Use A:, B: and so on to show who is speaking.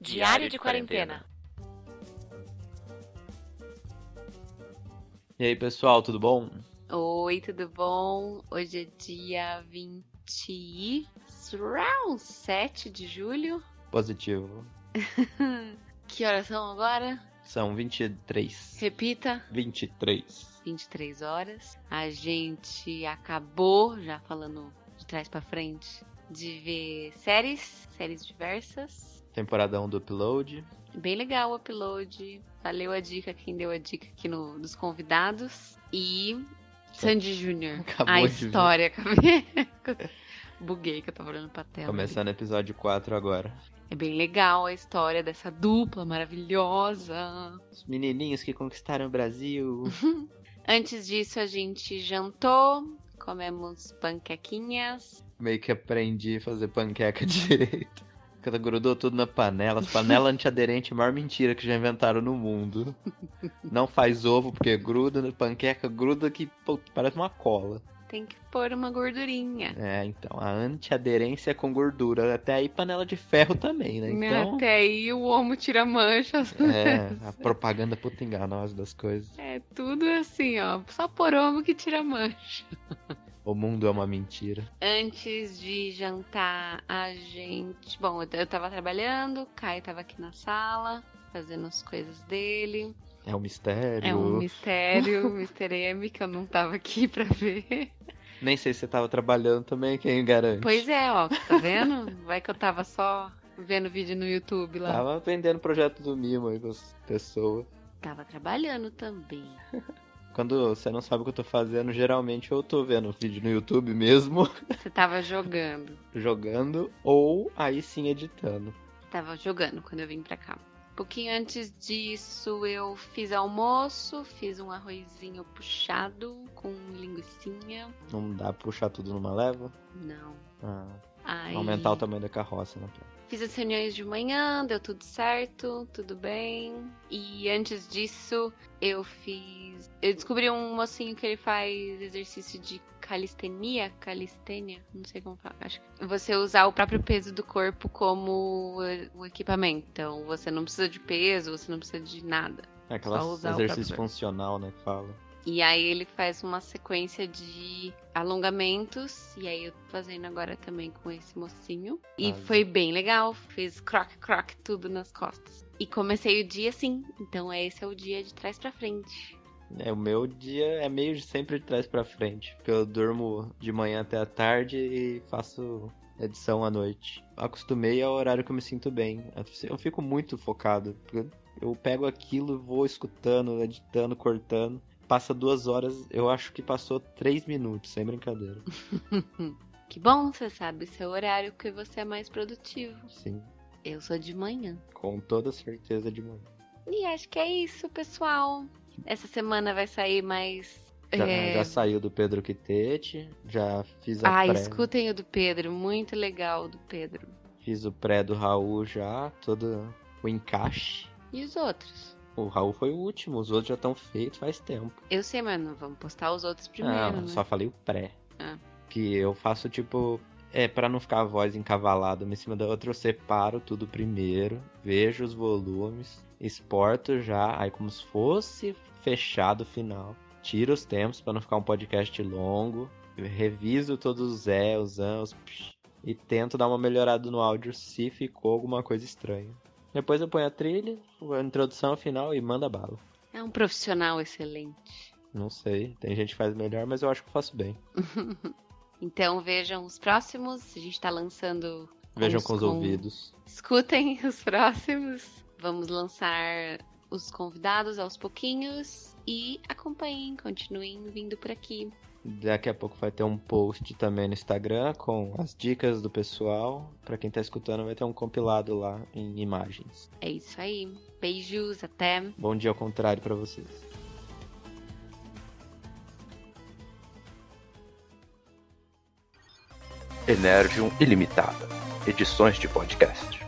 A: Diário de quarentena.
B: E aí, pessoal, tudo bom?
A: Oi, tudo bom? Hoje é dia 20. Round 7 de julho.
B: Positivo.
A: Que horas são agora?
B: São 23.
A: Repita.
B: 23.
A: 23 horas. A gente acabou, já falando de trás pra frente, de ver séries, séries diversas.
B: Temporadão um do upload.
A: Bem legal o upload. Valeu a dica, quem deu a dica aqui no, dos convidados. E Sandy Júnior.
B: Acabou
A: A
B: de ver.
A: história, acabei. Buguei que eu tava olhando pra tela.
B: Começando o episódio 4 agora.
A: É bem legal a história dessa dupla maravilhosa.
B: Os menininhos que conquistaram o Brasil.
A: Antes disso, a gente jantou, comemos panquequinhas.
B: Meio que aprendi a fazer panqueca direito. Porque Ela grudou tudo na panela. As panelas antiaderentes, a maior mentira que já inventaram no mundo. Não faz ovo porque gruda na panqueca, gruda que pô, parece uma cola.
A: Tem que pôr uma gordurinha.
B: É, então, a antiaderência é com gordura. Até aí panela de ferro também, né?
A: Né,
B: Então,
A: Até aí o homo tira manchas.
B: é, a propaganda puta enganosa das coisas.
A: É tudo assim, ó. Só por homo que tira mancha.
B: O mundo é uma mentira.
A: Antes de jantar, a gente. Bom, eu eu tava trabalhando, o Caio tava aqui na sala, fazendo as coisas dele.
B: É um mistério.
A: É um mistério, Mr. M, que eu não tava aqui pra ver.
B: Nem sei se você tava trabalhando também, quem garante?
A: Pois é, ó, tá vendo? Vai que eu tava só vendo vídeo no YouTube lá.
B: Tava vendendo projeto do Mimo aí pras pessoas.
A: Tava trabalhando também.
B: Quando você não sabe o que eu tô fazendo, geralmente eu tô vendo vídeo no YouTube mesmo,
A: Você tava jogando.
B: jogando, ou aí sim editando.
A: Tava jogando quando eu vim pra cá. Um Pouquinho antes disso, eu fiz almoço, fiz um arrozinho puxado com linguiçinha.
B: Não dá pra puxar tudo numa leva?
A: Não.
B: Ah,
A: Aí,
B: aumentar o tamanho da carroça, né?
A: Fiz as reuniões de manhã, deu tudo certo, tudo bem. E antes disso, eu fiz. Eu descobri um mocinho que ele faz exercício de calistenia, calistenia, não sei como fala. Acho que você usar o próprio peso do corpo como o equipamento. Então você não precisa de peso, você não precisa de nada.
B: É aquelas
A: Só usar o
B: exercício
A: próprio-
B: funcional, né, que fala.
A: E aí ele faz uma sequência de alongamentos. E aí eu tô fazendo agora também com esse mocinho. E
B: Arrasou.
A: foi bem legal. Fiz croc-croc tudo nas costas. E comecei o dia assim. Então esse é o dia de trás pra frente.
B: É, o meu dia é meio de sempre de trás pra frente, porque eu durmo de manhã até a tarde e faço edição à noite. Acostumei ao horário que eu me sinto bem. Eu fico muito focado, porque eu pego aquilo, vou escutando, editando, cortando. Passa duas horas, eu acho que passou três minutos, sem brincadeira.
A: Que bom, você sabe o seu horário que você é mais produtivo.
B: Sim,
A: Eu sou de manhã.
B: com toda certeza de manhã.
A: E acho que é isso, pessoal. Essa semana vai sair mais.
B: Já,
A: é,
B: já saiu do Pedro Quitete, já fiz a
A: Ah,
B: pré,
A: escutem o do Pedro. Muito legal o do Pedro.
B: fiz o pré do Raul já, todo o encaixe.
A: E os outros?
B: O Raul foi o último, os outros já estão feitos faz tempo.
A: Eu sei, mas não vamos postar os outros primeiro,
B: não,
A: né?
B: só falei o pré.
A: Ah.
B: Que eu faço tipo. É, pra não ficar a voz encavalada uma em cima da outra, eu separo tudo primeiro, vejo os volumes, exporto já, aí como se fosse fechado o final. Tiro os tempos pra não ficar um podcast longo, reviso todos os é, os an, os psh, e tento dar uma melhorada no áudio se ficou alguma coisa estranha. Depois eu ponho a trilha, a introdução, o final e manda bala.
A: É um profissional excelente.
B: Não sei. Tem gente que faz melhor, mas eu acho que eu faço bem.
A: Então vejam os próximos. A gente tá lançando.
B: Vejam com os
A: com-
B: ouvidos.
A: Escutem os próximos. Vamos lançar os convidados aos pouquinhos. E acompanhem, continuem vindo por aqui.
B: Daqui a pouco vai ter um post também no Instagram com as dicas do pessoal. Pra quem tá escutando, vai ter um compilado lá em imagens.
A: É isso aí. Beijos, até.
B: Bom dia ao contrário pra vocês.
C: Energium Ilimitada. Edições de podcast.